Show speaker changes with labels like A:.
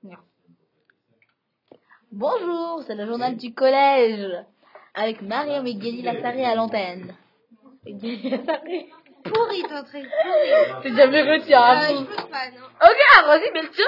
A: soutenir. Bonjour, c'est le journal du collège avec Mariam et Ghali Lassari à l'antenne. Ghali Lassari.
B: Pourri ton truc, pourri.
A: C'est déjà mieux que tu as.
B: Euh, je peux pas, non.
A: Ok, vas-y, mais le tien,